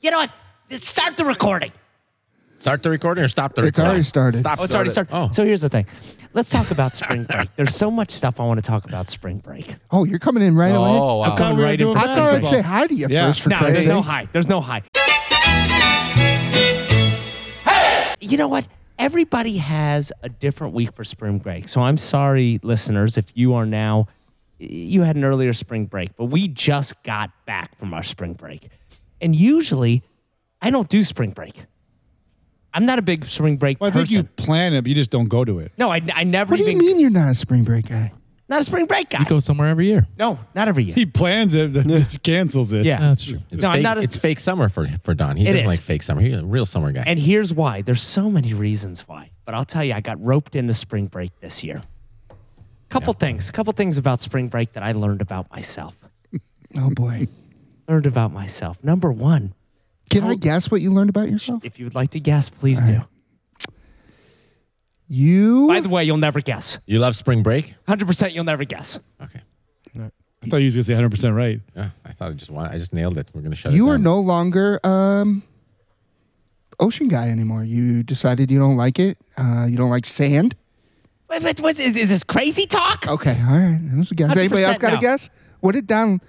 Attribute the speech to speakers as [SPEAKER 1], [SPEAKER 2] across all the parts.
[SPEAKER 1] You know what? Start the recording.
[SPEAKER 2] Start the recording or stop the
[SPEAKER 3] It's
[SPEAKER 2] recording?
[SPEAKER 3] already started.
[SPEAKER 2] Stop.
[SPEAKER 1] Oh, it's already
[SPEAKER 2] start it.
[SPEAKER 1] started. So here's the thing. Let's talk about spring break. There's so much stuff I want to talk about spring break.
[SPEAKER 3] Oh, you're coming in right away.
[SPEAKER 1] Oh, wow.
[SPEAKER 4] I thought
[SPEAKER 1] Coming
[SPEAKER 4] we were
[SPEAKER 1] right in
[SPEAKER 4] doing
[SPEAKER 1] for
[SPEAKER 3] I thought I'd
[SPEAKER 4] basketball.
[SPEAKER 3] say hi to you
[SPEAKER 4] Yeah.
[SPEAKER 3] first for
[SPEAKER 1] no,
[SPEAKER 3] Christ's
[SPEAKER 1] there's no
[SPEAKER 3] sake.
[SPEAKER 1] high. There's no high. You know what? Everybody has a different week for spring break. So I'm sorry, listeners, if you are now, you had an earlier spring break, but we just got back from our spring break. And usually, I don't do spring break. I'm not a big spring break
[SPEAKER 4] Well, I think
[SPEAKER 1] person.
[SPEAKER 4] you plan it, but you just don't go to it.
[SPEAKER 1] no, I, I never
[SPEAKER 3] What do
[SPEAKER 1] even.
[SPEAKER 3] you mean you're not a spring break guy?
[SPEAKER 1] Not a spring break guy.
[SPEAKER 5] go somewhere every year.
[SPEAKER 1] no, not every year.
[SPEAKER 4] He plans it, but just cancels it.
[SPEAKER 1] Yeah.
[SPEAKER 5] That's true.
[SPEAKER 2] It's,
[SPEAKER 1] No, I'm
[SPEAKER 2] fake,
[SPEAKER 1] not a-
[SPEAKER 2] it's fake summer for, for Don. He
[SPEAKER 1] It
[SPEAKER 2] doesn't
[SPEAKER 1] is.
[SPEAKER 2] like fake summer. He's a real summer guy.
[SPEAKER 1] And here's why. There's so many reasons why. But I'll tell you, I got roped into spring break this year. Couple things. Couple things about spring break that I learned about myself.
[SPEAKER 3] Oh boy.
[SPEAKER 1] Learned about myself. Number one,
[SPEAKER 3] Can
[SPEAKER 1] Oh.
[SPEAKER 3] I guess what you learned about yourself?
[SPEAKER 1] if you would like to guess, please do.
[SPEAKER 3] You
[SPEAKER 1] By the way, you'll never guess.
[SPEAKER 2] you love spring break?
[SPEAKER 1] 100% you'll never guess.
[SPEAKER 2] Okay.
[SPEAKER 4] I thought he was gonna say 100 percent right.
[SPEAKER 2] Yeah, I thought I just wanted, I just nailed it. We're gonna shut it
[SPEAKER 3] you
[SPEAKER 2] down.
[SPEAKER 3] are no longer um ocean guy anymore. You decided you don't like it. Uh, you don't like sand.
[SPEAKER 1] Wait, wait, what's- is, is this crazy talk?
[SPEAKER 2] Oh.
[SPEAKER 3] Okay, all right. That was a guess. Anybody else
[SPEAKER 1] 100%
[SPEAKER 3] got a
[SPEAKER 1] no.
[SPEAKER 3] guess? What did Don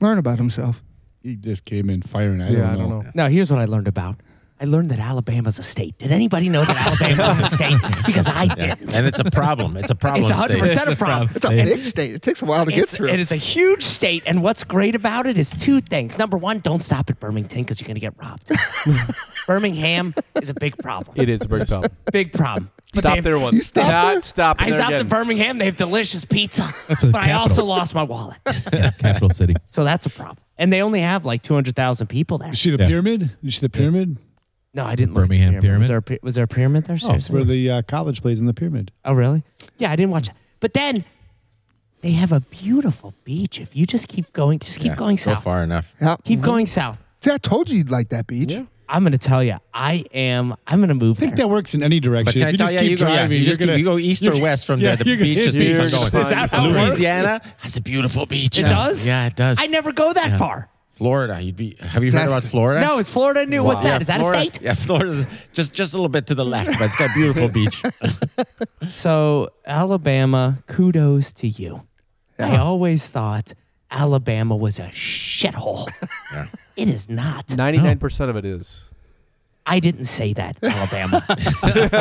[SPEAKER 3] learn about himself?
[SPEAKER 4] He just came in firing. I
[SPEAKER 3] Yeah,
[SPEAKER 4] don't know.
[SPEAKER 1] No, here's what I learned about. I learned that Alabama's a state. Did anybody know that Alabama is a state? Because I
[SPEAKER 2] Yeah.
[SPEAKER 1] didn't.
[SPEAKER 2] And it's a problem. It's a problem.
[SPEAKER 1] It's 100%
[SPEAKER 2] state.
[SPEAKER 1] a problem.
[SPEAKER 3] It's a big state. It takes a while to get
[SPEAKER 1] It's,
[SPEAKER 3] through.
[SPEAKER 1] it is a huge state, and what's great about it is two things. Number one, don't stop at Birmingham because you're going to get robbed. Birmingham is a big problem.
[SPEAKER 6] It is a big problem.
[SPEAKER 1] Big problem. But
[SPEAKER 6] Stop
[SPEAKER 1] they've-
[SPEAKER 6] there once.
[SPEAKER 3] You stopped
[SPEAKER 6] Not
[SPEAKER 3] there?
[SPEAKER 6] stop
[SPEAKER 1] I
[SPEAKER 6] there
[SPEAKER 1] stopped
[SPEAKER 6] again.
[SPEAKER 1] at Birmingham. They have delicious pizza,
[SPEAKER 5] That's
[SPEAKER 1] but
[SPEAKER 5] a
[SPEAKER 1] I
[SPEAKER 5] capital.
[SPEAKER 1] also lost my wallet,
[SPEAKER 5] Capital city.
[SPEAKER 1] so that's a problem. And they only have like two hundred thousand people there.
[SPEAKER 4] You see the
[SPEAKER 5] Yeah.
[SPEAKER 4] pyramid? You see the pyramid?
[SPEAKER 1] No, I didn't. look at the
[SPEAKER 5] Birmingham
[SPEAKER 1] Was
[SPEAKER 5] pyramid?
[SPEAKER 1] there, a py- was there a pyramid there?
[SPEAKER 4] Oh, it's
[SPEAKER 1] Seriously?
[SPEAKER 4] where the uh, college plays in the pyramid.
[SPEAKER 1] Oh, really? Yeah, I didn't watch it. But then they have a beautiful beach. If you just keep going, just keep
[SPEAKER 2] Yeah,
[SPEAKER 1] going
[SPEAKER 2] so
[SPEAKER 1] south.
[SPEAKER 2] far enough.
[SPEAKER 3] Yep.
[SPEAKER 1] Keep going south.
[SPEAKER 3] See, I told you you'd like that beach.
[SPEAKER 1] I'm gonna tell you, I am. I'm gonna move.
[SPEAKER 4] I think
[SPEAKER 1] there.
[SPEAKER 4] that works in any
[SPEAKER 2] But
[SPEAKER 4] direction.
[SPEAKER 2] can I
[SPEAKER 4] if you
[SPEAKER 2] tell
[SPEAKER 4] just
[SPEAKER 2] you,
[SPEAKER 4] keep
[SPEAKER 2] you, go, yeah,
[SPEAKER 4] driving,
[SPEAKER 2] you
[SPEAKER 4] you're
[SPEAKER 2] just keep-
[SPEAKER 4] gonna,
[SPEAKER 2] you go east or
[SPEAKER 4] you're-
[SPEAKER 2] west from
[SPEAKER 4] yeah,
[SPEAKER 2] there. The
[SPEAKER 4] you're gonna
[SPEAKER 2] beach
[SPEAKER 4] hit-
[SPEAKER 2] just
[SPEAKER 4] you're
[SPEAKER 2] keeps
[SPEAKER 4] gonna
[SPEAKER 2] on going.
[SPEAKER 1] Is that how it works?
[SPEAKER 2] Louisiana has a beautiful beach.
[SPEAKER 1] It
[SPEAKER 2] Yeah.
[SPEAKER 1] does?
[SPEAKER 2] Yeah, it does.
[SPEAKER 1] I never go that far.
[SPEAKER 2] Florida. You'd be. Have you heard
[SPEAKER 3] That's-
[SPEAKER 2] about Florida?
[SPEAKER 1] No, is Florida new? What's
[SPEAKER 2] Yeah,
[SPEAKER 1] that? Is that
[SPEAKER 2] Florida,
[SPEAKER 1] a state?
[SPEAKER 2] Yeah, Florida's just just a little bit to the left, but it's got beautiful beach.
[SPEAKER 1] So Alabama, kudos to you. I always thought Alabama was a shithole.
[SPEAKER 2] Yeah.
[SPEAKER 1] It is not.
[SPEAKER 6] Ninety-nine percent of it is.
[SPEAKER 1] I didn't say that, Alabama.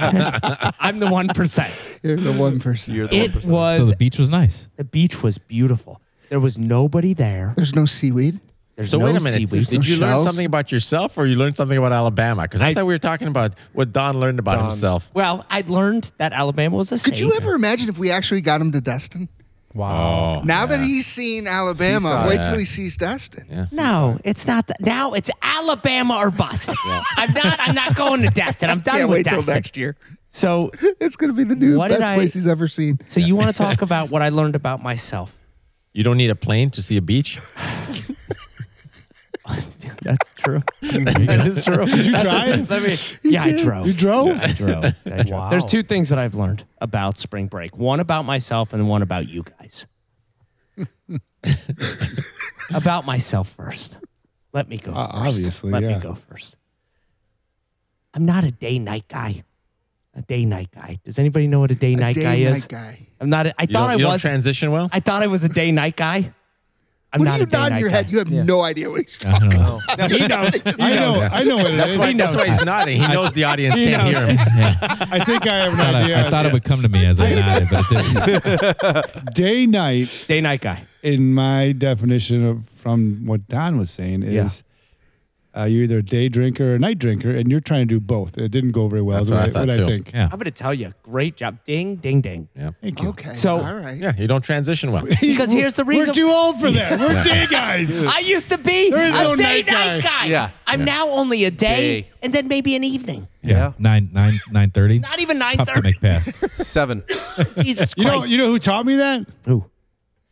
[SPEAKER 1] I'm the one percent.
[SPEAKER 3] You're the one person.
[SPEAKER 6] You're the one
[SPEAKER 1] It
[SPEAKER 6] percent.
[SPEAKER 5] So
[SPEAKER 1] was
[SPEAKER 5] the beach was nice.
[SPEAKER 1] the beach was beautiful. There was nobody there.
[SPEAKER 3] There's no seaweed.
[SPEAKER 1] There's
[SPEAKER 2] So
[SPEAKER 1] no
[SPEAKER 2] wait a minute.
[SPEAKER 1] seaweed.
[SPEAKER 2] Did
[SPEAKER 3] no
[SPEAKER 2] you learn
[SPEAKER 3] shells?
[SPEAKER 2] something about yourself, or you learned something about Alabama? Because I, thought we were talking about what Don learned about himself.
[SPEAKER 1] Well, I learned that Alabama was a state.
[SPEAKER 3] Could you ever imagine if we actually got him to Destin?
[SPEAKER 2] Oh,
[SPEAKER 3] Now that he's seen Alabama,
[SPEAKER 6] Seaside.
[SPEAKER 3] wait
[SPEAKER 2] Yeah.
[SPEAKER 3] till he sees Destin.
[SPEAKER 2] yeah, see.
[SPEAKER 1] No, it's not that. Now it's Alabama or bust. I'm not. I'm not going to Destin. I'm done
[SPEAKER 3] Can't
[SPEAKER 1] with
[SPEAKER 3] wait till
[SPEAKER 1] Destin.
[SPEAKER 3] next year.
[SPEAKER 1] So,
[SPEAKER 3] It's gonna be the new
[SPEAKER 1] What did
[SPEAKER 3] best
[SPEAKER 1] I-
[SPEAKER 3] place he's ever seen.
[SPEAKER 1] so you want to talk about what I learned about myself?
[SPEAKER 2] you don't need a plane to see a beach.
[SPEAKER 1] That's true. that is true. Did
[SPEAKER 4] you drive?
[SPEAKER 1] let me. Yeah, I drove.
[SPEAKER 4] You drove?
[SPEAKER 1] I drove. I drove. There's two things that I've learned about spring break. One about myself, and one about you guys. about myself first. Let me go.
[SPEAKER 4] Uh,
[SPEAKER 1] first.
[SPEAKER 4] obviously,
[SPEAKER 1] let
[SPEAKER 4] yeah.
[SPEAKER 1] me go first. I'm not a day night guy. A day night guy. Does anybody know what a day night
[SPEAKER 3] Day
[SPEAKER 1] guy
[SPEAKER 3] night
[SPEAKER 1] is?
[SPEAKER 3] guy.
[SPEAKER 1] I'm not. A, I
[SPEAKER 2] You
[SPEAKER 1] thought
[SPEAKER 2] don't, you
[SPEAKER 1] I
[SPEAKER 2] don't
[SPEAKER 1] was.
[SPEAKER 2] transition well.
[SPEAKER 1] I thought I was a day night guy. I'm
[SPEAKER 3] What
[SPEAKER 1] not
[SPEAKER 3] are you
[SPEAKER 1] a day
[SPEAKER 3] nodding
[SPEAKER 1] night
[SPEAKER 3] your
[SPEAKER 1] guy.
[SPEAKER 3] head? You have no idea what he's
[SPEAKER 5] I
[SPEAKER 3] talking.
[SPEAKER 5] don't know.
[SPEAKER 1] No, he knows.
[SPEAKER 4] I know. I know what it
[SPEAKER 2] That's
[SPEAKER 4] is.
[SPEAKER 2] why, that's why he's nodding. He knows the audience
[SPEAKER 1] He
[SPEAKER 2] can't
[SPEAKER 1] knows.
[SPEAKER 2] hear him.
[SPEAKER 4] I think I have an
[SPEAKER 5] I thought,
[SPEAKER 4] idea.
[SPEAKER 5] I, I thought it would come to me as I nodded, but it didn't.
[SPEAKER 4] Day night
[SPEAKER 1] Day night guy.
[SPEAKER 4] in my definition of from what Don was saying is uh, you're either a day drinker or a night drinker, and you're trying to do both. It didn't go very well.
[SPEAKER 2] That's
[SPEAKER 4] is
[SPEAKER 2] what I
[SPEAKER 4] I-
[SPEAKER 2] thought, too.
[SPEAKER 4] think.
[SPEAKER 5] Yeah.
[SPEAKER 1] I'm gonna tell you. Great job. Ding, ding, ding.
[SPEAKER 2] Yeah.
[SPEAKER 4] Thank you.
[SPEAKER 3] Okay.
[SPEAKER 1] So-
[SPEAKER 3] all right.
[SPEAKER 2] Yeah, you don't transition well.
[SPEAKER 1] Because here's the reason.
[SPEAKER 4] We're too old for that. We're day guys.
[SPEAKER 1] I used to be
[SPEAKER 4] There
[SPEAKER 1] a
[SPEAKER 4] is no
[SPEAKER 1] day
[SPEAKER 4] night guy.
[SPEAKER 1] night guy.
[SPEAKER 6] Yeah.
[SPEAKER 1] I'm now only a day,
[SPEAKER 6] Day.
[SPEAKER 1] and then maybe an evening.
[SPEAKER 6] Yeah.
[SPEAKER 5] Nine nine nine thirty.
[SPEAKER 1] Not even
[SPEAKER 5] Tough to
[SPEAKER 1] 9:30.
[SPEAKER 5] make past.
[SPEAKER 6] Seven.
[SPEAKER 1] Jesus
[SPEAKER 4] You know,
[SPEAKER 1] Christ.
[SPEAKER 4] you know who taught me that?
[SPEAKER 1] Ooh.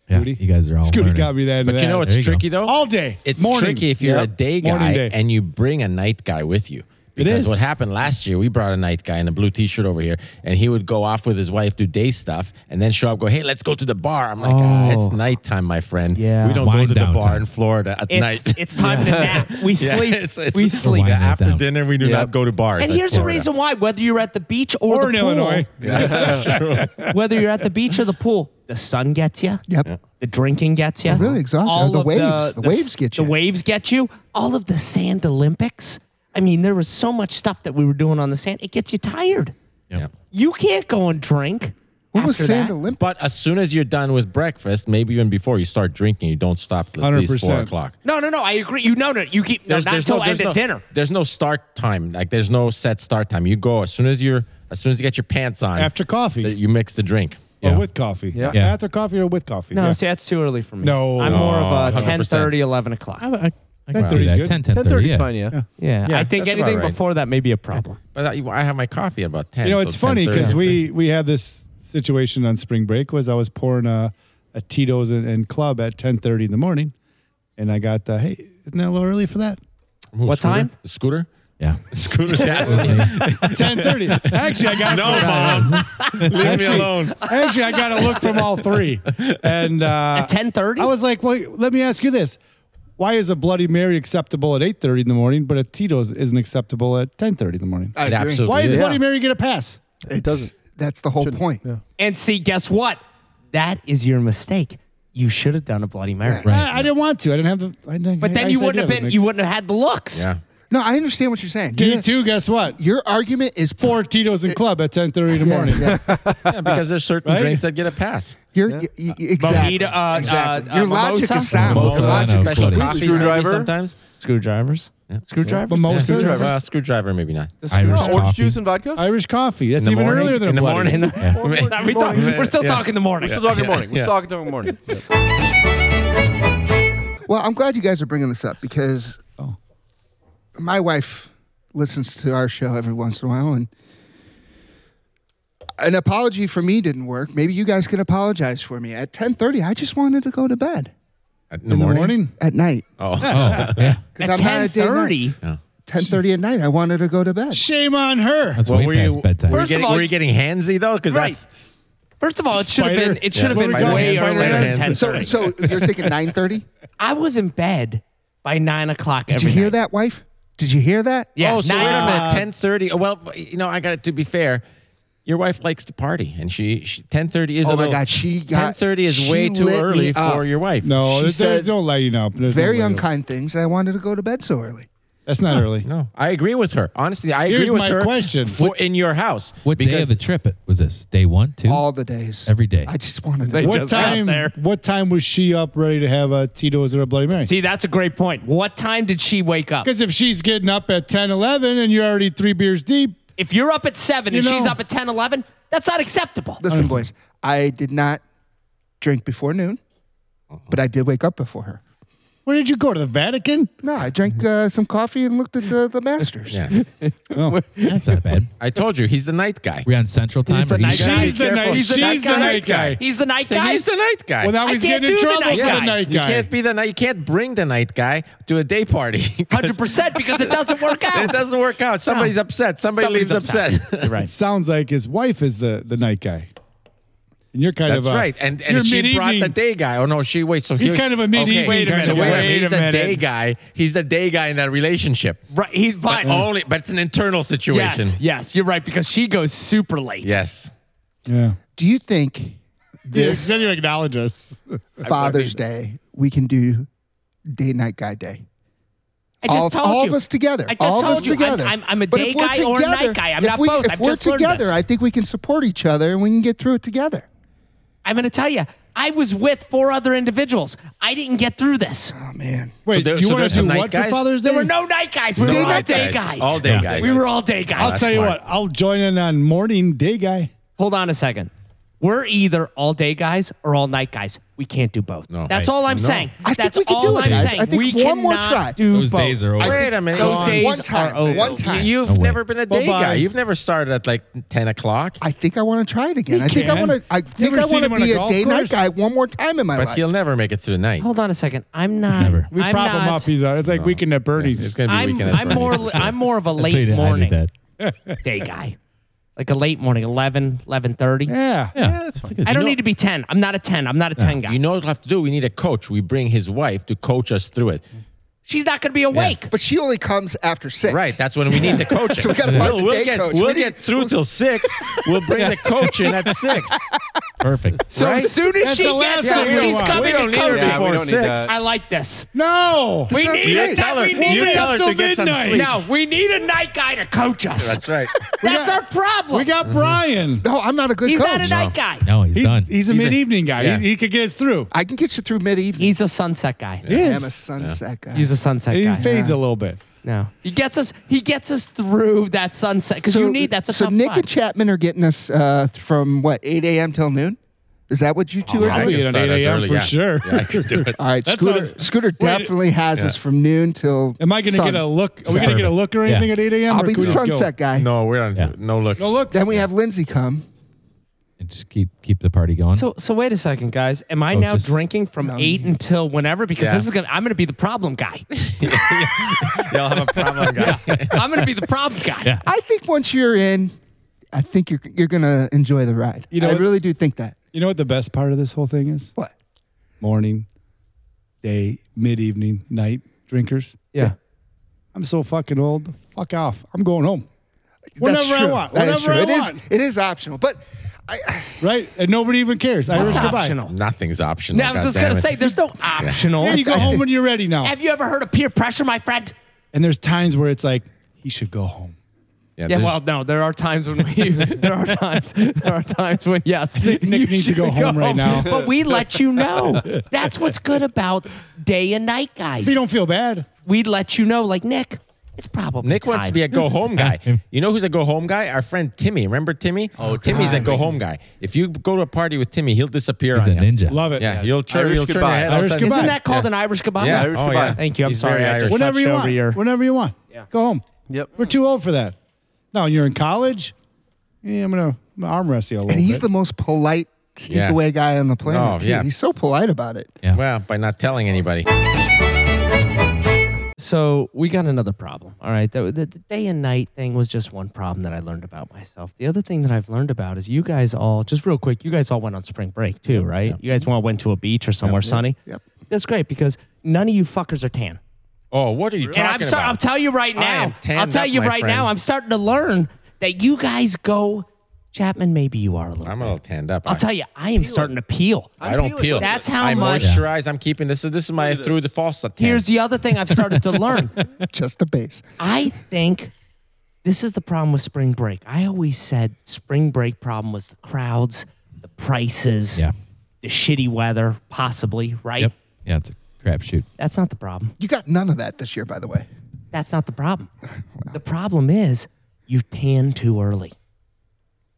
[SPEAKER 5] Yeah,
[SPEAKER 4] Scooty.
[SPEAKER 5] you guys are all
[SPEAKER 4] Scooty
[SPEAKER 5] Oh, learning.
[SPEAKER 4] got me that. into
[SPEAKER 2] But you
[SPEAKER 4] that.
[SPEAKER 2] know what's
[SPEAKER 5] you go.
[SPEAKER 2] tricky though?
[SPEAKER 4] All day.
[SPEAKER 2] It's
[SPEAKER 4] Morning.
[SPEAKER 2] tricky if you're
[SPEAKER 4] Yep.
[SPEAKER 2] a day guy
[SPEAKER 4] Morning day.
[SPEAKER 2] and you bring a night guy with you Because
[SPEAKER 4] is.
[SPEAKER 2] what happened last year, we brought a night guy in a blue T-shirt over here, and he would go off with his wife, do day stuff, and then show up, go, "Hey, let's go to the bar." I'm like, ah,
[SPEAKER 1] Oh.
[SPEAKER 2] "It's nighttime, my friend.
[SPEAKER 1] Yeah.
[SPEAKER 2] we don't
[SPEAKER 5] Wind
[SPEAKER 2] go to the
[SPEAKER 5] down
[SPEAKER 2] bar
[SPEAKER 5] time.
[SPEAKER 2] in Florida at
[SPEAKER 1] It's,
[SPEAKER 2] night.
[SPEAKER 1] it's time to nap. We
[SPEAKER 2] Yeah,
[SPEAKER 1] sleep.
[SPEAKER 2] it's- it's-
[SPEAKER 1] we
[SPEAKER 2] it's-
[SPEAKER 1] sleep.
[SPEAKER 5] Wind that
[SPEAKER 2] after
[SPEAKER 5] down.
[SPEAKER 2] dinner, we do
[SPEAKER 4] Yep.
[SPEAKER 2] not go to bars.
[SPEAKER 1] And
[SPEAKER 2] like
[SPEAKER 1] here's the
[SPEAKER 2] Florida.
[SPEAKER 1] reason why, whether you're at the beach or,
[SPEAKER 4] Or
[SPEAKER 1] the
[SPEAKER 4] in
[SPEAKER 1] pool,
[SPEAKER 4] Illinois.
[SPEAKER 2] Yeah, that's true.
[SPEAKER 1] whether you're at the beach or the pool, the sun gets you.
[SPEAKER 3] Yep.
[SPEAKER 1] The drinking gets you.
[SPEAKER 3] really exhausting. The
[SPEAKER 1] of
[SPEAKER 3] waves. The waves
[SPEAKER 1] s-
[SPEAKER 3] get
[SPEAKER 1] The
[SPEAKER 3] you.
[SPEAKER 1] waves get you. All of the sand Olympics. I mean, there was so much stuff that we were doing on the sand. It gets you tired.
[SPEAKER 2] Yeah.
[SPEAKER 1] You can't go and drink.
[SPEAKER 3] What was
[SPEAKER 1] after
[SPEAKER 3] Sand
[SPEAKER 1] that.
[SPEAKER 3] Olympics?
[SPEAKER 2] But as soon as you're done with breakfast, maybe even before you start drinking, you don't stop till at least four
[SPEAKER 4] 100%.
[SPEAKER 2] o'clock.
[SPEAKER 1] No, no, no. I agree. You no, no. You keep no, not until end
[SPEAKER 2] there's
[SPEAKER 1] of dinner.
[SPEAKER 2] There's no start time. Like there's no set start time. You go as soon as you're as soon as you get your pants on.
[SPEAKER 4] After coffee.
[SPEAKER 2] that you mix the drink.
[SPEAKER 5] Yeah.
[SPEAKER 4] Or with coffee.
[SPEAKER 6] Yeah.
[SPEAKER 5] Yeah.
[SPEAKER 4] After coffee or with coffee.
[SPEAKER 1] No,
[SPEAKER 4] yeah.
[SPEAKER 1] see, that's too early for me.
[SPEAKER 4] No.
[SPEAKER 1] I'm more of a
[SPEAKER 2] 100%.
[SPEAKER 1] 10, 30, 11 o'clock.
[SPEAKER 5] I, I, I can
[SPEAKER 4] 10:30
[SPEAKER 5] see
[SPEAKER 4] is
[SPEAKER 5] that.
[SPEAKER 4] good.
[SPEAKER 5] 10, 10,
[SPEAKER 6] 10 30
[SPEAKER 5] yeah.
[SPEAKER 6] is fine, yeah. Oh,
[SPEAKER 1] Yeah,
[SPEAKER 2] Yeah,
[SPEAKER 1] I think
[SPEAKER 2] that's about
[SPEAKER 1] anything
[SPEAKER 2] right.
[SPEAKER 1] before that may be a problem.
[SPEAKER 2] But I, I have my coffee at about ten.
[SPEAKER 4] You know,
[SPEAKER 2] so
[SPEAKER 4] it's funny
[SPEAKER 2] 10:30.
[SPEAKER 4] because we we had this situation on spring break was I was pouring a, a Tito's and, and club at 10:30 in the morning, and I got the hey, isn't that a little early for that?
[SPEAKER 2] Who,
[SPEAKER 1] What
[SPEAKER 2] scooter?
[SPEAKER 1] time?
[SPEAKER 2] The scooter.
[SPEAKER 5] Yeah.
[SPEAKER 2] Scooter's gasoline.
[SPEAKER 4] 10:30. Actually, I got it
[SPEAKER 2] no,
[SPEAKER 4] for-
[SPEAKER 2] mom. Leave me
[SPEAKER 4] Actually-
[SPEAKER 2] alone.
[SPEAKER 4] Actually, I got to look from all three. And uh,
[SPEAKER 1] At 10:30?
[SPEAKER 4] I was like, well, let me ask you this: Why is a Bloody Mary acceptable at 8:30 in the morning, but a Tito's isn't acceptable at 10:30 in the morning?
[SPEAKER 3] I
[SPEAKER 2] It
[SPEAKER 3] agree.
[SPEAKER 2] absolutely
[SPEAKER 4] Why does
[SPEAKER 2] is.
[SPEAKER 4] Bloody Mary get a pass?
[SPEAKER 3] It doesn't. That's the whole point.
[SPEAKER 1] And see, guess what? That is your mistake. You should have done a Bloody Mary.
[SPEAKER 5] Right.
[SPEAKER 4] I, I didn't want to. I didn't have the. I didn't,
[SPEAKER 1] But then
[SPEAKER 4] I
[SPEAKER 1] you
[SPEAKER 4] said,
[SPEAKER 1] wouldn't
[SPEAKER 4] yeah,
[SPEAKER 1] have
[SPEAKER 4] that
[SPEAKER 1] been. You
[SPEAKER 4] makes-
[SPEAKER 1] wouldn't have had the looks.
[SPEAKER 2] Yeah.
[SPEAKER 3] No, I understand what you're saying.
[SPEAKER 4] Day
[SPEAKER 3] Your-
[SPEAKER 4] E two, guess what?
[SPEAKER 3] Your argument is
[SPEAKER 4] Four Tito's and club at 10:30 in the
[SPEAKER 3] Yeah,
[SPEAKER 4] morning.
[SPEAKER 3] yeah.
[SPEAKER 2] yeah, because there's certain
[SPEAKER 4] Right?
[SPEAKER 2] drinks that get a pass.
[SPEAKER 3] You're, y- y- exactly.
[SPEAKER 1] Mojito, uh,
[SPEAKER 3] exactly.
[SPEAKER 1] uh, uh,
[SPEAKER 3] Your logic
[SPEAKER 1] mimosa?
[SPEAKER 3] is sound.
[SPEAKER 5] Mimosa,
[SPEAKER 3] Your
[SPEAKER 5] I
[SPEAKER 3] logic
[SPEAKER 5] know,
[SPEAKER 3] is
[SPEAKER 5] Scotty.
[SPEAKER 2] Special
[SPEAKER 3] completely
[SPEAKER 2] coffee
[SPEAKER 3] sound.
[SPEAKER 6] Screwdriver?
[SPEAKER 2] sometimes.
[SPEAKER 1] Screwdrivers. Screwdrivers.
[SPEAKER 4] Mimosas.
[SPEAKER 2] Screwdriver,
[SPEAKER 4] Screwdriver.
[SPEAKER 2] uh, screwdriver, maybe not.
[SPEAKER 1] The
[SPEAKER 5] Irish
[SPEAKER 1] screw-
[SPEAKER 3] Oh,
[SPEAKER 5] coffee.
[SPEAKER 6] Orange juice and vodka?
[SPEAKER 4] Irish coffee. That's
[SPEAKER 2] In the
[SPEAKER 4] even
[SPEAKER 2] morning?
[SPEAKER 4] earlier than
[SPEAKER 2] in
[SPEAKER 4] a
[SPEAKER 2] the
[SPEAKER 4] Bloody.
[SPEAKER 2] morning.
[SPEAKER 6] Or- or-
[SPEAKER 1] Are we talking-
[SPEAKER 6] morning.
[SPEAKER 1] we're still
[SPEAKER 2] Yeah.
[SPEAKER 1] talking the morning.
[SPEAKER 6] We're still talking morning. We're
[SPEAKER 2] Yeah.
[SPEAKER 6] still talking morning.
[SPEAKER 3] Well, I'm glad you guys are bringing this up because
[SPEAKER 1] Oh.
[SPEAKER 3] my wife listens to our show every once in a while, and an apology for me didn't work. Maybe you guys can apologize for me. At 10:30, I just wanted to go to bed
[SPEAKER 2] In
[SPEAKER 4] In the morning?
[SPEAKER 3] at night.
[SPEAKER 2] Oh,
[SPEAKER 5] Oh, yeah.
[SPEAKER 1] At
[SPEAKER 3] I'm not a
[SPEAKER 1] ten
[SPEAKER 3] day
[SPEAKER 1] thirty.
[SPEAKER 2] yeah.
[SPEAKER 3] 10:30 at night, I wanted to go to bed.
[SPEAKER 4] Shame on her.
[SPEAKER 5] That's
[SPEAKER 2] What
[SPEAKER 5] way
[SPEAKER 2] were
[SPEAKER 5] past
[SPEAKER 2] you-
[SPEAKER 5] bedtime.
[SPEAKER 2] Were you
[SPEAKER 1] First of
[SPEAKER 2] getting,
[SPEAKER 1] all-
[SPEAKER 2] were you getting handsy though? Because
[SPEAKER 1] Right.
[SPEAKER 2] that's
[SPEAKER 1] First of all, it should have
[SPEAKER 4] Spider-
[SPEAKER 1] been. It should have
[SPEAKER 2] Yeah.
[SPEAKER 1] been
[SPEAKER 2] Spider-
[SPEAKER 1] way
[SPEAKER 2] Spider-
[SPEAKER 1] earlier than
[SPEAKER 2] Spider-
[SPEAKER 1] ten
[SPEAKER 3] So,
[SPEAKER 1] thirty.
[SPEAKER 3] so you're thinking 9:30?
[SPEAKER 1] I was in bed by nine o'clock.
[SPEAKER 3] Did you hear that, wife? Did you hear that?
[SPEAKER 1] Yeah.
[SPEAKER 2] Oh, so wait a
[SPEAKER 1] nine-
[SPEAKER 2] minute. Ten thirty. Oh, Well, you know, I got to be fair. Your wife likes to party, and she, she ten thirty is.
[SPEAKER 3] Oh
[SPEAKER 2] a
[SPEAKER 3] my
[SPEAKER 2] little-
[SPEAKER 3] God, she got-
[SPEAKER 2] 10:30 is
[SPEAKER 3] she
[SPEAKER 2] way too
[SPEAKER 3] lit me
[SPEAKER 2] early for
[SPEAKER 3] up.
[SPEAKER 2] your wife.
[SPEAKER 4] No,
[SPEAKER 3] She
[SPEAKER 4] there's,
[SPEAKER 3] said-
[SPEAKER 4] don't let you know. There's no
[SPEAKER 3] Very
[SPEAKER 4] lighting up.
[SPEAKER 3] unkind things. I wanted to go to bed so early.
[SPEAKER 4] That's not early.
[SPEAKER 2] no, I agree with her. Honestly, I agree
[SPEAKER 4] Here's
[SPEAKER 2] with
[SPEAKER 4] my
[SPEAKER 2] her.
[SPEAKER 4] question.
[SPEAKER 2] for- in your house,
[SPEAKER 5] What day of the trip it was this? Day one, two?
[SPEAKER 3] All the days.
[SPEAKER 5] Every day.
[SPEAKER 3] I just wanted to
[SPEAKER 6] They
[SPEAKER 3] go
[SPEAKER 4] What
[SPEAKER 6] just got
[SPEAKER 4] time?
[SPEAKER 6] there.
[SPEAKER 4] What time was she up, ready to have a Tito's or a Bloody Mary?
[SPEAKER 1] See, that's a great point. What time did she wake up?
[SPEAKER 4] Because if she's getting up at 10, 11 and you're already three beers deep,
[SPEAKER 1] If you're up at seven and
[SPEAKER 4] You
[SPEAKER 1] she's
[SPEAKER 4] know-
[SPEAKER 1] up at 10, 11, that's not acceptable.
[SPEAKER 3] Listen, boys, I did not drink before noon, but I did wake up before her.
[SPEAKER 4] where did you go to the Vatican?
[SPEAKER 3] No, I drank
[SPEAKER 5] Mm-hmm.
[SPEAKER 3] uh, some coffee and looked at the, the Masters.
[SPEAKER 2] Yeah,
[SPEAKER 5] That's not bad.
[SPEAKER 2] I told you he's the night guy.
[SPEAKER 5] We on Central Time?
[SPEAKER 1] the
[SPEAKER 5] or
[SPEAKER 1] night
[SPEAKER 5] Eastern?
[SPEAKER 1] guy.
[SPEAKER 4] She's the
[SPEAKER 2] careful.
[SPEAKER 4] night.
[SPEAKER 2] He's
[SPEAKER 4] She's
[SPEAKER 2] the night
[SPEAKER 4] the
[SPEAKER 2] guy.
[SPEAKER 4] night guy.
[SPEAKER 1] He's the night
[SPEAKER 2] So
[SPEAKER 1] guy.
[SPEAKER 2] he's the night guy.
[SPEAKER 4] Well, now
[SPEAKER 1] I
[SPEAKER 4] he's
[SPEAKER 1] can't
[SPEAKER 4] getting
[SPEAKER 1] do
[SPEAKER 4] in
[SPEAKER 1] the
[SPEAKER 4] trouble
[SPEAKER 1] night
[SPEAKER 4] for
[SPEAKER 1] guy.
[SPEAKER 4] the night
[SPEAKER 2] you
[SPEAKER 4] guy.
[SPEAKER 2] can't be the night. You can't bring the night guy to a day party. 'Cause
[SPEAKER 1] 100% because it doesn't work out.
[SPEAKER 2] It doesn't work out. Somebody's upset. Somebody
[SPEAKER 1] Somebody's
[SPEAKER 2] leaves upset.
[SPEAKER 1] You're
[SPEAKER 4] It
[SPEAKER 1] right.
[SPEAKER 4] sounds like his wife is the, the night guy. And you're kind
[SPEAKER 2] That's
[SPEAKER 4] of a,
[SPEAKER 2] right. And
[SPEAKER 4] you're
[SPEAKER 2] and she brought the
[SPEAKER 4] mid-evening.
[SPEAKER 2] day guy. Oh no, she wait. So
[SPEAKER 4] He's
[SPEAKER 2] he-
[SPEAKER 4] kind of a mid-evening
[SPEAKER 2] Okay,
[SPEAKER 4] Wait a
[SPEAKER 2] so
[SPEAKER 4] minute,
[SPEAKER 2] wait a
[SPEAKER 4] wait
[SPEAKER 2] minute. He's
[SPEAKER 4] a
[SPEAKER 2] the
[SPEAKER 4] minute.
[SPEAKER 2] day guy. He's the day guy in that relationship.
[SPEAKER 1] Right. He's
[SPEAKER 2] But
[SPEAKER 1] but,
[SPEAKER 2] only. But it's an internal situation.
[SPEAKER 1] yes, yes, you're right because she goes super late.
[SPEAKER 2] Yes.
[SPEAKER 4] Yeah.
[SPEAKER 3] Do you think this
[SPEAKER 4] Then you acknowledge us.
[SPEAKER 3] Father's Day we can do day night guy day?
[SPEAKER 1] I just
[SPEAKER 3] all
[SPEAKER 1] told
[SPEAKER 3] all
[SPEAKER 1] you.
[SPEAKER 3] of us together.
[SPEAKER 1] I just
[SPEAKER 3] all
[SPEAKER 1] told
[SPEAKER 3] of us
[SPEAKER 1] you, I'm-
[SPEAKER 3] together.
[SPEAKER 1] I'm- I'm a
[SPEAKER 3] But
[SPEAKER 1] day
[SPEAKER 3] if we're
[SPEAKER 1] guy or a night
[SPEAKER 3] together-
[SPEAKER 1] guy. I'm
[SPEAKER 3] if
[SPEAKER 1] not
[SPEAKER 3] we,
[SPEAKER 1] both.
[SPEAKER 3] If
[SPEAKER 1] I've
[SPEAKER 3] we're
[SPEAKER 1] just learned
[SPEAKER 3] together,
[SPEAKER 1] this.
[SPEAKER 3] I think we can support each other and we can get through it together.
[SPEAKER 1] I'm going to tell you, I was with four other individuals. I didn't get through this.
[SPEAKER 3] Oh man,
[SPEAKER 4] Wait,
[SPEAKER 2] there-
[SPEAKER 4] you
[SPEAKER 2] so
[SPEAKER 4] want
[SPEAKER 2] there's
[SPEAKER 4] to do
[SPEAKER 2] some night
[SPEAKER 4] what for
[SPEAKER 2] guys?
[SPEAKER 4] Father's Day?
[SPEAKER 1] There were no night guys. We were all
[SPEAKER 3] night
[SPEAKER 1] day
[SPEAKER 2] guys.
[SPEAKER 1] guys.
[SPEAKER 2] All day
[SPEAKER 5] Yeah.
[SPEAKER 2] guys.
[SPEAKER 1] We were all day
[SPEAKER 4] I'll
[SPEAKER 1] guys.
[SPEAKER 4] tell you
[SPEAKER 2] smart.
[SPEAKER 4] what. I'll join in on morning day guy.
[SPEAKER 1] Hold on a second. We're either all day guys or all night guys. We We can't do both.
[SPEAKER 2] No.
[SPEAKER 1] That's
[SPEAKER 2] Right.
[SPEAKER 1] all I'm
[SPEAKER 2] No.
[SPEAKER 1] saying.
[SPEAKER 3] I think
[SPEAKER 1] That's
[SPEAKER 3] we can
[SPEAKER 1] all
[SPEAKER 3] do it,
[SPEAKER 1] I'm
[SPEAKER 2] guys.
[SPEAKER 1] saying.
[SPEAKER 3] I think
[SPEAKER 1] we
[SPEAKER 3] one more
[SPEAKER 1] cannot
[SPEAKER 3] try.
[SPEAKER 1] do
[SPEAKER 5] Those
[SPEAKER 1] both.
[SPEAKER 5] days are over.
[SPEAKER 2] Wait a minute.
[SPEAKER 1] Those
[SPEAKER 2] Come on.
[SPEAKER 1] days
[SPEAKER 3] One time,
[SPEAKER 1] are over.
[SPEAKER 3] one time.
[SPEAKER 2] Oh, You've
[SPEAKER 5] No way.
[SPEAKER 2] never been a day
[SPEAKER 4] Bye-bye.
[SPEAKER 2] guy. You've never started at like 10 o'clock,
[SPEAKER 3] I think I want to try it again. I think I
[SPEAKER 4] can.
[SPEAKER 3] want to. I
[SPEAKER 4] You
[SPEAKER 3] think
[SPEAKER 4] ever
[SPEAKER 3] I
[SPEAKER 4] seen
[SPEAKER 3] want
[SPEAKER 4] him
[SPEAKER 3] to
[SPEAKER 4] on a
[SPEAKER 3] be a
[SPEAKER 4] golf
[SPEAKER 3] day night
[SPEAKER 4] course?
[SPEAKER 3] guy one more time in my
[SPEAKER 2] but
[SPEAKER 3] life.
[SPEAKER 2] you'll never make it through the night.
[SPEAKER 1] Hold on a second. I'm not.
[SPEAKER 5] Never.
[SPEAKER 4] We
[SPEAKER 1] I'm
[SPEAKER 4] prop
[SPEAKER 1] not,
[SPEAKER 4] him up. He's uh, it's like weekend at
[SPEAKER 2] Yeah,
[SPEAKER 4] Bernie's.
[SPEAKER 2] It's going to be
[SPEAKER 1] I'm,
[SPEAKER 2] weekend. at
[SPEAKER 1] I'm
[SPEAKER 2] Bernie's
[SPEAKER 1] more.
[SPEAKER 2] for sure.
[SPEAKER 1] I'm more of a late
[SPEAKER 5] That's how you- I did
[SPEAKER 1] morning
[SPEAKER 5] that.
[SPEAKER 1] day guy, like a late morning, 11, 11.30.
[SPEAKER 4] yeah.
[SPEAKER 5] Yeah, that's fine.
[SPEAKER 1] I don't need to be ten. I'm not a ten. I'm not a ten guy.
[SPEAKER 2] You know what we'll have to do? We need a coach. We bring his wife to coach us through it.
[SPEAKER 1] She's not going to be awake.
[SPEAKER 3] but she only comes after six.
[SPEAKER 2] Right. That's when we need the coaching.
[SPEAKER 3] So we gotta find the
[SPEAKER 2] we'll
[SPEAKER 3] day
[SPEAKER 2] get,
[SPEAKER 3] coach.
[SPEAKER 2] We'll
[SPEAKER 3] What do you-
[SPEAKER 2] get through till six. We'll bring the coach in at six.
[SPEAKER 5] Perfect.
[SPEAKER 1] So as soon as
[SPEAKER 4] That's
[SPEAKER 1] she
[SPEAKER 4] the
[SPEAKER 1] gets
[SPEAKER 4] last
[SPEAKER 1] up,
[SPEAKER 4] thing we
[SPEAKER 1] she's
[SPEAKER 4] want.
[SPEAKER 1] coming
[SPEAKER 2] we don't
[SPEAKER 1] to
[SPEAKER 2] need her
[SPEAKER 1] coach.
[SPEAKER 6] Yeah, we
[SPEAKER 2] before
[SPEAKER 6] don't need
[SPEAKER 2] six.
[SPEAKER 6] that.
[SPEAKER 1] I like this.
[SPEAKER 4] No.
[SPEAKER 1] We
[SPEAKER 3] sounds
[SPEAKER 1] need
[SPEAKER 3] great.
[SPEAKER 1] it.
[SPEAKER 2] You tell her.
[SPEAKER 1] We need
[SPEAKER 2] You
[SPEAKER 1] it.
[SPEAKER 2] tell her
[SPEAKER 4] till
[SPEAKER 2] to get some
[SPEAKER 4] midnight.
[SPEAKER 2] sleep.
[SPEAKER 1] No, we need a night guy to coach us.
[SPEAKER 2] That's right.
[SPEAKER 1] That's our problem.
[SPEAKER 4] We got Brian.
[SPEAKER 3] No, I'm not a good
[SPEAKER 1] He's
[SPEAKER 3] coach.
[SPEAKER 1] not a night guy.
[SPEAKER 5] No, he's,
[SPEAKER 4] He's,
[SPEAKER 5] done.
[SPEAKER 4] he's a
[SPEAKER 2] He's a-
[SPEAKER 4] mid evening guy.
[SPEAKER 2] yeah.
[SPEAKER 4] He, he could get us through.
[SPEAKER 3] I can get you through mid evening.
[SPEAKER 1] He's a sunset guy.
[SPEAKER 4] He
[SPEAKER 3] I'm a
[SPEAKER 4] is.
[SPEAKER 3] sunset guy.
[SPEAKER 1] He's a sunset
[SPEAKER 4] He
[SPEAKER 1] guy.
[SPEAKER 4] fades a little bit.
[SPEAKER 1] No, he gets us. He gets us through that sunset because you need that's a
[SPEAKER 3] so
[SPEAKER 1] tough
[SPEAKER 3] Nick
[SPEAKER 1] spot.
[SPEAKER 3] and Chapman are getting us uh, from what 8 a.m. till noon. Is that what you two
[SPEAKER 2] Yeah,
[SPEAKER 3] are
[SPEAKER 2] I
[SPEAKER 3] doing?
[SPEAKER 4] Probably
[SPEAKER 2] can
[SPEAKER 4] at an
[SPEAKER 2] start
[SPEAKER 4] 8
[SPEAKER 2] as
[SPEAKER 4] a.m.
[SPEAKER 2] early.
[SPEAKER 4] for
[SPEAKER 2] Yeah.
[SPEAKER 4] sure.
[SPEAKER 2] Yeah, I can do it.
[SPEAKER 3] All right,
[SPEAKER 4] That
[SPEAKER 3] Scooter.
[SPEAKER 4] sounds-
[SPEAKER 3] Scooter definitely has us from noon till.
[SPEAKER 4] Am I going to
[SPEAKER 3] sun.
[SPEAKER 4] get a look? Are we going to get a look or
[SPEAKER 5] Yeah.
[SPEAKER 4] anything at 8 a.m.?
[SPEAKER 3] I'll
[SPEAKER 4] or
[SPEAKER 3] be
[SPEAKER 4] can we just go?
[SPEAKER 3] sunset guy.
[SPEAKER 2] No, we're on.
[SPEAKER 5] Yeah.
[SPEAKER 2] No looks.
[SPEAKER 4] No look.
[SPEAKER 3] Then we have Lindsay come.
[SPEAKER 5] and just keep keep the party going.
[SPEAKER 1] so, so wait a second, guys. Am I
[SPEAKER 5] Oh,
[SPEAKER 1] now
[SPEAKER 5] just-
[SPEAKER 1] drinking from eight until whenever? Because
[SPEAKER 2] Yeah.
[SPEAKER 1] this is gonna. I'm gonna be the problem guy.
[SPEAKER 2] Y'all have a problem, guy.
[SPEAKER 1] I'm gonna be the problem guy.
[SPEAKER 5] Yeah.
[SPEAKER 3] I think once you're in, I think you're you're gonna enjoy the ride.
[SPEAKER 4] You know
[SPEAKER 3] I
[SPEAKER 4] what-
[SPEAKER 3] really do think that.
[SPEAKER 4] You know what the best part of this whole thing is?
[SPEAKER 3] What?
[SPEAKER 4] Morning, day, mid evening, night drinkers.
[SPEAKER 1] yeah.
[SPEAKER 4] I'm so fucking old. Fuck off. I'm going home. Whenever I want.
[SPEAKER 3] That is
[SPEAKER 4] Whenever I
[SPEAKER 3] true. It is-
[SPEAKER 4] want.
[SPEAKER 3] It is optional, but
[SPEAKER 4] Right? And nobody even cares. I
[SPEAKER 1] That's
[SPEAKER 4] wish goodbye.
[SPEAKER 1] optional.
[SPEAKER 2] Nothing's optional.
[SPEAKER 1] Now, I was
[SPEAKER 2] Oh, God
[SPEAKER 1] just
[SPEAKER 2] damn
[SPEAKER 1] gonna
[SPEAKER 2] it.
[SPEAKER 1] say, there's no optional.
[SPEAKER 4] Yeah, you go home when you're ready now.
[SPEAKER 1] Have you ever heard of peer pressure, my friend?
[SPEAKER 4] And there's times where it's like, he should go home.
[SPEAKER 1] Yeah,
[SPEAKER 2] there's-
[SPEAKER 1] well, no, there are times when we, there are times, there are times when yes,
[SPEAKER 4] Nick
[SPEAKER 1] you
[SPEAKER 4] needs to
[SPEAKER 1] should
[SPEAKER 4] go home right now.
[SPEAKER 1] But we let you know. That's what's good about day and night guys.
[SPEAKER 4] You don't feel bad.
[SPEAKER 1] we let you know, like Nick, it's probably
[SPEAKER 2] Nick wants to be a go home guy. You know who's a go home guy? Our friend Timmy. Remember Timmy? Oh, Timmy's a go home guy. If you go to a party with Timmy, he'll disappear
[SPEAKER 5] he's a
[SPEAKER 2] on you.
[SPEAKER 5] ninja.
[SPEAKER 4] Love it.
[SPEAKER 2] Yeah, you'll turn,
[SPEAKER 6] Irish
[SPEAKER 2] you'll turn your
[SPEAKER 6] goodbye.
[SPEAKER 2] head.
[SPEAKER 4] Irish
[SPEAKER 2] outside.
[SPEAKER 4] goodbye.
[SPEAKER 1] Isn't that called an Irish kebab?
[SPEAKER 2] Yeah.
[SPEAKER 6] Irish
[SPEAKER 2] oh,
[SPEAKER 6] goodbye.
[SPEAKER 2] yeah.
[SPEAKER 1] Thank you. I'm
[SPEAKER 2] He's
[SPEAKER 1] sorry.
[SPEAKER 2] very
[SPEAKER 1] I
[SPEAKER 2] Irish.
[SPEAKER 1] just-
[SPEAKER 4] Whenever
[SPEAKER 1] Touched
[SPEAKER 4] you
[SPEAKER 1] over
[SPEAKER 4] want.
[SPEAKER 1] your-
[SPEAKER 4] Whenever you want.
[SPEAKER 1] Yeah.
[SPEAKER 4] Go home.
[SPEAKER 6] Yep.
[SPEAKER 4] We're too old for that. No, you're in college. Yeah, I'm gonna, I'm gonna arm wrestle you a little
[SPEAKER 3] and he's
[SPEAKER 4] bit.
[SPEAKER 3] the most polite sneak
[SPEAKER 2] Yeah.
[SPEAKER 3] away guy on the planet.
[SPEAKER 2] Oh,
[SPEAKER 3] too.
[SPEAKER 2] yeah.
[SPEAKER 3] He's so polite about it.
[SPEAKER 5] Yeah.
[SPEAKER 2] Well, by not telling anybody.
[SPEAKER 1] So we got another problem. All right, the, the, the day and night thing was just one problem that I learned about myself. The other thing that I've learned about is you guys all, just real quick, you guys all went on spring break too, right? You guys all went to a beach or somewhere sunny.
[SPEAKER 3] Yep.
[SPEAKER 1] That's great because none of you fuckers are tan.
[SPEAKER 2] Oh, what are you talking
[SPEAKER 1] And I'm sorry,
[SPEAKER 2] about?
[SPEAKER 1] I'll tell you right
[SPEAKER 2] I
[SPEAKER 1] now.
[SPEAKER 2] am tanned
[SPEAKER 1] I'll tell
[SPEAKER 2] up,
[SPEAKER 1] you
[SPEAKER 2] my
[SPEAKER 1] right
[SPEAKER 2] friend.
[SPEAKER 1] now. I'm starting to learn that you guys go. Chapman, maybe you are a little.
[SPEAKER 2] I'm
[SPEAKER 1] bit.
[SPEAKER 2] a little tanned up.
[SPEAKER 1] I'll tell you, I am starting to peel.
[SPEAKER 2] I don't peel.
[SPEAKER 1] That's how
[SPEAKER 2] I
[SPEAKER 1] much-
[SPEAKER 2] moisturize. I'm keeping this. This is my through the false tan.
[SPEAKER 1] Here's the other thing I've started to learn.
[SPEAKER 3] Just the base.
[SPEAKER 1] I think this is the problem with spring break. I always said spring break problem was the crowds, the prices,
[SPEAKER 5] Yeah.
[SPEAKER 1] the shitty weather, possibly, right?
[SPEAKER 5] Yep. Yeah, it's a crapshoot.
[SPEAKER 1] That's not the problem.
[SPEAKER 3] You got none of that this year, by the way.
[SPEAKER 1] That's not the problem. The problem is you tan too early.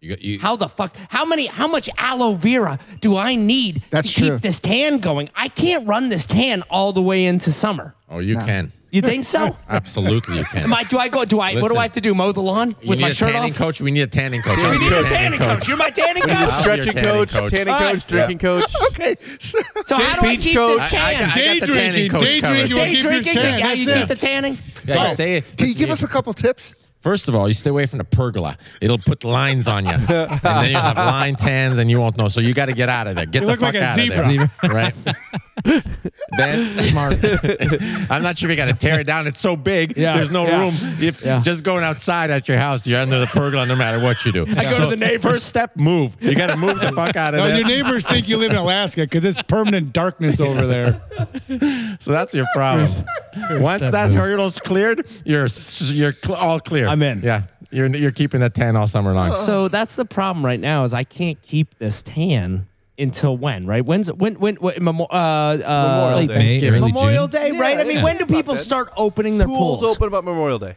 [SPEAKER 2] You got- you-
[SPEAKER 1] How the fuck? How many? How much aloe vera do I need
[SPEAKER 3] That's
[SPEAKER 1] to keep
[SPEAKER 3] true.
[SPEAKER 1] this tan going? I can't run this tan all the way into summer.
[SPEAKER 2] oh, you can.
[SPEAKER 1] You think so?
[SPEAKER 2] Absolutely, you can.
[SPEAKER 1] Am I, do I go? Do I? what do
[SPEAKER 2] Listen.
[SPEAKER 1] I have to do? Mow the lawn
[SPEAKER 2] you
[SPEAKER 1] with
[SPEAKER 2] need
[SPEAKER 1] my
[SPEAKER 2] a
[SPEAKER 1] shirt
[SPEAKER 2] tanning
[SPEAKER 1] off?
[SPEAKER 2] coach. We need a tanning coach.
[SPEAKER 1] We need a tanning coach. You're my tanning coach.
[SPEAKER 2] I'll be your
[SPEAKER 6] Stretching
[SPEAKER 2] tanning
[SPEAKER 6] coach,
[SPEAKER 2] coach.
[SPEAKER 6] tanning
[SPEAKER 1] All right.
[SPEAKER 6] coach, drinking coach.
[SPEAKER 3] Okay. So,
[SPEAKER 1] So how do I
[SPEAKER 6] Beach
[SPEAKER 1] keep
[SPEAKER 6] coat.
[SPEAKER 1] this
[SPEAKER 2] I- I-
[SPEAKER 1] tan?
[SPEAKER 2] I
[SPEAKER 4] Day
[SPEAKER 2] got the tanning
[SPEAKER 4] drinking,
[SPEAKER 2] coach
[SPEAKER 4] day
[SPEAKER 2] covered.
[SPEAKER 4] drinking.
[SPEAKER 1] Day
[SPEAKER 4] keep your
[SPEAKER 1] drinking,
[SPEAKER 4] tan.
[SPEAKER 1] how you
[SPEAKER 4] That's
[SPEAKER 1] keep
[SPEAKER 4] it.
[SPEAKER 1] the tanning? Oh.
[SPEAKER 2] Yeah, you stay,
[SPEAKER 3] can you give us a couple tips?
[SPEAKER 2] First of all, you stay away from the pergola. It'll put lines on you, and then you will have line tans, and you won't know. So you got to get out of there. Get
[SPEAKER 4] You
[SPEAKER 2] the
[SPEAKER 4] look
[SPEAKER 2] fuck
[SPEAKER 4] like a
[SPEAKER 2] out
[SPEAKER 4] zebra.
[SPEAKER 2] of there, right? then smart. I'm not sure if you got to tear it down. It's so big.
[SPEAKER 1] Yeah,
[SPEAKER 2] There's no
[SPEAKER 1] yeah.
[SPEAKER 2] room. If
[SPEAKER 1] Yeah.
[SPEAKER 2] just going outside at your house, you're under the pergola no matter what you do. I
[SPEAKER 1] go to the neighbors.
[SPEAKER 2] First step, move. You got to move the fuck out of
[SPEAKER 4] No,
[SPEAKER 2] there.
[SPEAKER 4] your neighbors think you live in Alaska because it's permanent darkness over there.
[SPEAKER 2] so that's your problem. Once
[SPEAKER 5] step
[SPEAKER 2] that
[SPEAKER 5] move.
[SPEAKER 2] hurdle's cleared, you're s- you're cl- all clear.
[SPEAKER 1] I'm in.
[SPEAKER 2] Yeah, you're you're keeping that tan all summer long.
[SPEAKER 1] So that's the problem right now is I can't keep this tan until when? Right? When's when when, when memo- uh, uh,
[SPEAKER 6] Memorial
[SPEAKER 1] like
[SPEAKER 6] Day.
[SPEAKER 5] May, early
[SPEAKER 1] Memorial
[SPEAKER 5] June.
[SPEAKER 1] Day,
[SPEAKER 6] Yeah,
[SPEAKER 1] right? I mean,
[SPEAKER 6] yeah.
[SPEAKER 1] when do
[SPEAKER 6] About
[SPEAKER 1] people
[SPEAKER 6] that.
[SPEAKER 1] start opening their pools?
[SPEAKER 6] Pools open about Memorial Day,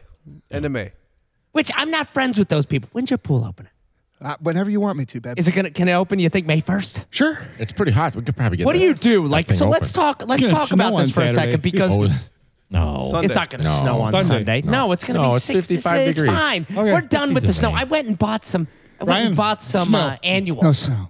[SPEAKER 6] end of May.
[SPEAKER 1] Which I'm not friends with those people. When's your pool opener?
[SPEAKER 3] Uh, whenever you want me to, babe.
[SPEAKER 1] Is it gonna? Can it open? You think May first?
[SPEAKER 3] sure.
[SPEAKER 2] It's pretty hot. We could probably get.
[SPEAKER 1] What do
[SPEAKER 2] that-
[SPEAKER 1] you do? Like,
[SPEAKER 2] thing
[SPEAKER 1] so let's talk. Let's
[SPEAKER 4] gonna
[SPEAKER 1] talk
[SPEAKER 4] snow
[SPEAKER 1] about this
[SPEAKER 4] on
[SPEAKER 1] for a
[SPEAKER 4] Saturday.
[SPEAKER 1] second because
[SPEAKER 2] Oh,
[SPEAKER 1] no,
[SPEAKER 6] Sunday.
[SPEAKER 1] it's not going to
[SPEAKER 2] No.
[SPEAKER 1] snow on Sunday.
[SPEAKER 4] Sunday.
[SPEAKER 1] No. it's going to
[SPEAKER 2] No,
[SPEAKER 1] be
[SPEAKER 2] it's
[SPEAKER 1] six-
[SPEAKER 2] 55
[SPEAKER 1] it's,
[SPEAKER 2] degrees.
[SPEAKER 1] It's fine.
[SPEAKER 4] Okay.
[SPEAKER 1] We're done with the
[SPEAKER 5] Fifty's
[SPEAKER 1] snow.
[SPEAKER 5] okay.
[SPEAKER 1] I went and bought some. I went
[SPEAKER 4] Ryan,
[SPEAKER 1] and bought some
[SPEAKER 4] snow.
[SPEAKER 1] uh, annuals.
[SPEAKER 3] No snow.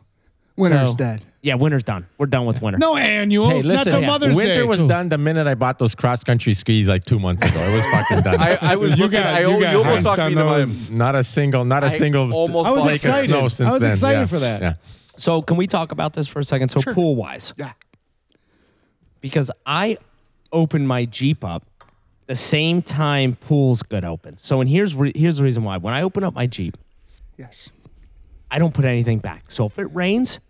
[SPEAKER 3] Winter's
[SPEAKER 1] So-
[SPEAKER 3] dead.
[SPEAKER 1] Yeah, winter's done. We're done with winter.
[SPEAKER 4] No annuals.
[SPEAKER 2] Hey,
[SPEAKER 4] not
[SPEAKER 2] listen.
[SPEAKER 4] till Mother's
[SPEAKER 2] winter
[SPEAKER 4] Day.
[SPEAKER 2] was done the minute I bought those cross country skis like two months ago. It was fucking done.
[SPEAKER 6] I, I was
[SPEAKER 4] You
[SPEAKER 6] looking.
[SPEAKER 4] got-
[SPEAKER 6] I,
[SPEAKER 4] you
[SPEAKER 6] you,
[SPEAKER 4] got
[SPEAKER 6] you almost
[SPEAKER 4] heinz
[SPEAKER 6] talked
[SPEAKER 4] on
[SPEAKER 6] me into my.
[SPEAKER 4] those.
[SPEAKER 2] not a single. Not a
[SPEAKER 6] I
[SPEAKER 2] single.
[SPEAKER 6] almost
[SPEAKER 4] I was
[SPEAKER 6] bought-
[SPEAKER 2] flake of
[SPEAKER 4] excited.
[SPEAKER 2] snow since
[SPEAKER 4] I was
[SPEAKER 2] then.
[SPEAKER 4] excited
[SPEAKER 2] Yeah.
[SPEAKER 4] for that.
[SPEAKER 2] Yeah.
[SPEAKER 1] So can we talk about this for a second? So pool wise,
[SPEAKER 3] Yeah.
[SPEAKER 1] because I open my Jeep up the same time pools got open. So and here's re- here's the reason why. When I open up my Jeep,
[SPEAKER 3] Yes.
[SPEAKER 1] I don't put anything back. So if it rains,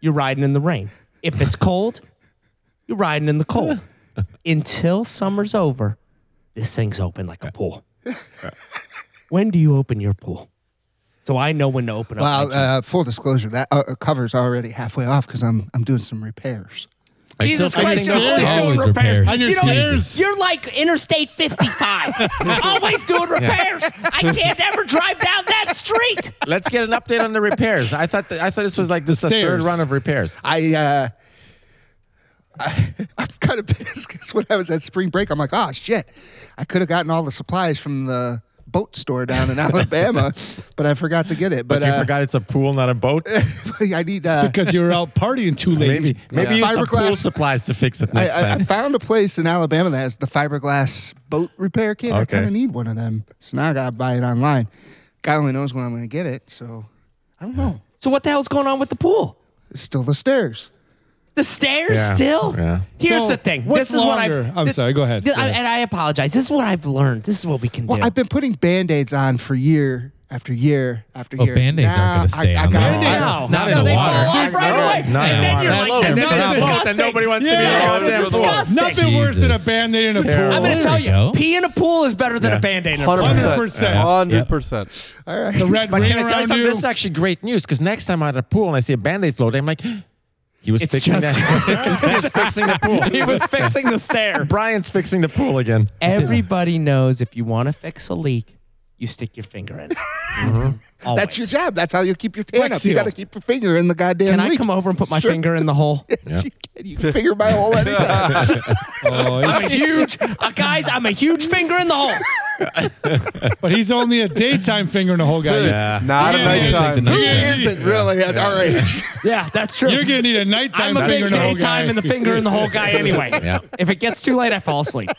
[SPEAKER 1] you're riding in the rain. If it's cold, you're riding in the cold. Until summer's over, this thing's open like a pool. when do you open your pool? So I know when to open up.
[SPEAKER 3] Well,
[SPEAKER 1] my
[SPEAKER 3] uh, full disclosure, that uh, uh, cover's already halfway off because I'm I'm doing some repairs.
[SPEAKER 2] I
[SPEAKER 1] Jesus
[SPEAKER 2] still
[SPEAKER 1] Christ,
[SPEAKER 2] think
[SPEAKER 1] you're
[SPEAKER 2] those
[SPEAKER 1] always
[SPEAKER 2] skis-
[SPEAKER 1] doing
[SPEAKER 5] Always
[SPEAKER 1] repairs.
[SPEAKER 5] repairs. On
[SPEAKER 4] your
[SPEAKER 1] You know,
[SPEAKER 4] stairs.
[SPEAKER 1] You're like Interstate 55. always doing repairs. I can't ever drive down that street.
[SPEAKER 2] Let's get an update on the repairs. I thought that, I thought this was like this the third
[SPEAKER 4] Stairs.
[SPEAKER 2] run of repairs.
[SPEAKER 3] I uh, I, I'm kind of pissed because when I was at spring break, I'm like, oh shit, I could have gotten all the supplies from the boat store down in Alabama, but I forgot to get it.
[SPEAKER 2] But
[SPEAKER 3] But,
[SPEAKER 2] you
[SPEAKER 3] uh,
[SPEAKER 2] forgot it's a pool, not a boat.
[SPEAKER 3] I need uh,
[SPEAKER 4] because you were out partying too late.
[SPEAKER 2] Maybe maybe
[SPEAKER 3] Yeah.
[SPEAKER 2] use some
[SPEAKER 3] Fiberglass.
[SPEAKER 2] pool supplies to fix it
[SPEAKER 3] I,
[SPEAKER 2] next
[SPEAKER 3] I, I
[SPEAKER 2] time.
[SPEAKER 3] found a place in Alabama that has the fiberglass boat repair kit. I
[SPEAKER 2] Okay.
[SPEAKER 3] kind of need one of them, so now I gotta buy it online. God only knows when I'm gonna get it, so I don't know.
[SPEAKER 1] So what the hell's going on with the pool?
[SPEAKER 3] It's still the stairs.
[SPEAKER 1] The stairs
[SPEAKER 2] Yeah,
[SPEAKER 1] still?
[SPEAKER 2] yeah.
[SPEAKER 1] Here's
[SPEAKER 4] So,
[SPEAKER 1] the thing.
[SPEAKER 4] what's
[SPEAKER 1] this is what
[SPEAKER 4] longer?
[SPEAKER 1] I've,
[SPEAKER 4] I'm sorry, go ahead.
[SPEAKER 1] Th-
[SPEAKER 4] Go
[SPEAKER 1] I-
[SPEAKER 4] ahead.
[SPEAKER 1] and I apologize. This is what I've learned. This is what we can
[SPEAKER 3] Well,
[SPEAKER 1] do.
[SPEAKER 3] I've been putting band aids on for year after year after
[SPEAKER 5] Well,
[SPEAKER 3] year.
[SPEAKER 5] Oh, Band-Aids aren't
[SPEAKER 3] Now
[SPEAKER 5] gonna stay
[SPEAKER 3] I,
[SPEAKER 5] on
[SPEAKER 3] I
[SPEAKER 5] there.
[SPEAKER 3] got
[SPEAKER 5] Band-Aids?
[SPEAKER 1] no,
[SPEAKER 3] Wow.
[SPEAKER 5] Not in
[SPEAKER 1] no,
[SPEAKER 5] the
[SPEAKER 1] they
[SPEAKER 5] water.
[SPEAKER 1] fall off right
[SPEAKER 3] No,
[SPEAKER 1] away.
[SPEAKER 2] not in
[SPEAKER 1] and
[SPEAKER 2] the
[SPEAKER 1] then
[SPEAKER 2] water.
[SPEAKER 1] you're
[SPEAKER 5] That
[SPEAKER 1] like,
[SPEAKER 5] looks
[SPEAKER 1] this is
[SPEAKER 5] not
[SPEAKER 1] disgusting.
[SPEAKER 5] good
[SPEAKER 2] that nobody wants
[SPEAKER 4] Yeah.
[SPEAKER 2] to be
[SPEAKER 1] Yeah,
[SPEAKER 2] involved in.
[SPEAKER 1] disgusting.
[SPEAKER 4] Nothing worse than a
[SPEAKER 5] Jesus.
[SPEAKER 4] band aid in a
[SPEAKER 2] Terrible.
[SPEAKER 4] pool.
[SPEAKER 1] I'm going to
[SPEAKER 5] There
[SPEAKER 1] tell
[SPEAKER 5] you
[SPEAKER 1] you,
[SPEAKER 5] go.
[SPEAKER 1] pee in a pool is better than a Band-Aid in a pool.
[SPEAKER 4] 100%.
[SPEAKER 6] Hundred percent.
[SPEAKER 3] All
[SPEAKER 4] the
[SPEAKER 3] right.
[SPEAKER 4] red
[SPEAKER 2] But
[SPEAKER 4] ring
[SPEAKER 2] can I tell you
[SPEAKER 4] around
[SPEAKER 2] something?
[SPEAKER 4] you.
[SPEAKER 2] This is actually great news because next time I'm at a pool and I see a band aid floating, I'm like, he was
[SPEAKER 1] It's
[SPEAKER 2] fixing
[SPEAKER 1] just-
[SPEAKER 2] that. he was fixing the pool.
[SPEAKER 1] He was fixing the stair.
[SPEAKER 2] Brian's fixing the pool again.
[SPEAKER 1] Everybody knows if you want to fix a leak, you stick your finger in. it. Mm-hmm. Always.
[SPEAKER 3] That's your job. That's how you keep your tan
[SPEAKER 4] Flex
[SPEAKER 3] up. You
[SPEAKER 4] seal.
[SPEAKER 3] got to keep your finger in the goddamn
[SPEAKER 1] Can I
[SPEAKER 3] leak.
[SPEAKER 1] come over and put my
[SPEAKER 3] Sure.
[SPEAKER 1] finger in the hole?
[SPEAKER 3] you can. You can finger my hole anytime.
[SPEAKER 4] Oh,
[SPEAKER 1] I'm a
[SPEAKER 4] it's-
[SPEAKER 1] huge, uh, guys. I'm a huge finger in the hole.
[SPEAKER 4] but he's only a daytime finger in the whole guy.
[SPEAKER 2] Yeah.
[SPEAKER 6] Not
[SPEAKER 4] Yeah,
[SPEAKER 6] a
[SPEAKER 4] yeah,
[SPEAKER 6] nighttime.
[SPEAKER 4] take
[SPEAKER 3] Who
[SPEAKER 4] the Yeah.
[SPEAKER 3] isn't really at our age?
[SPEAKER 1] Yeah, that's true.
[SPEAKER 4] You're gonna need a nighttime
[SPEAKER 1] I'm a
[SPEAKER 4] finger
[SPEAKER 1] big
[SPEAKER 4] in the whole guy.
[SPEAKER 1] daytime and the finger in the whole guy anyway.
[SPEAKER 2] Yeah.
[SPEAKER 1] If it gets too late, I fall asleep.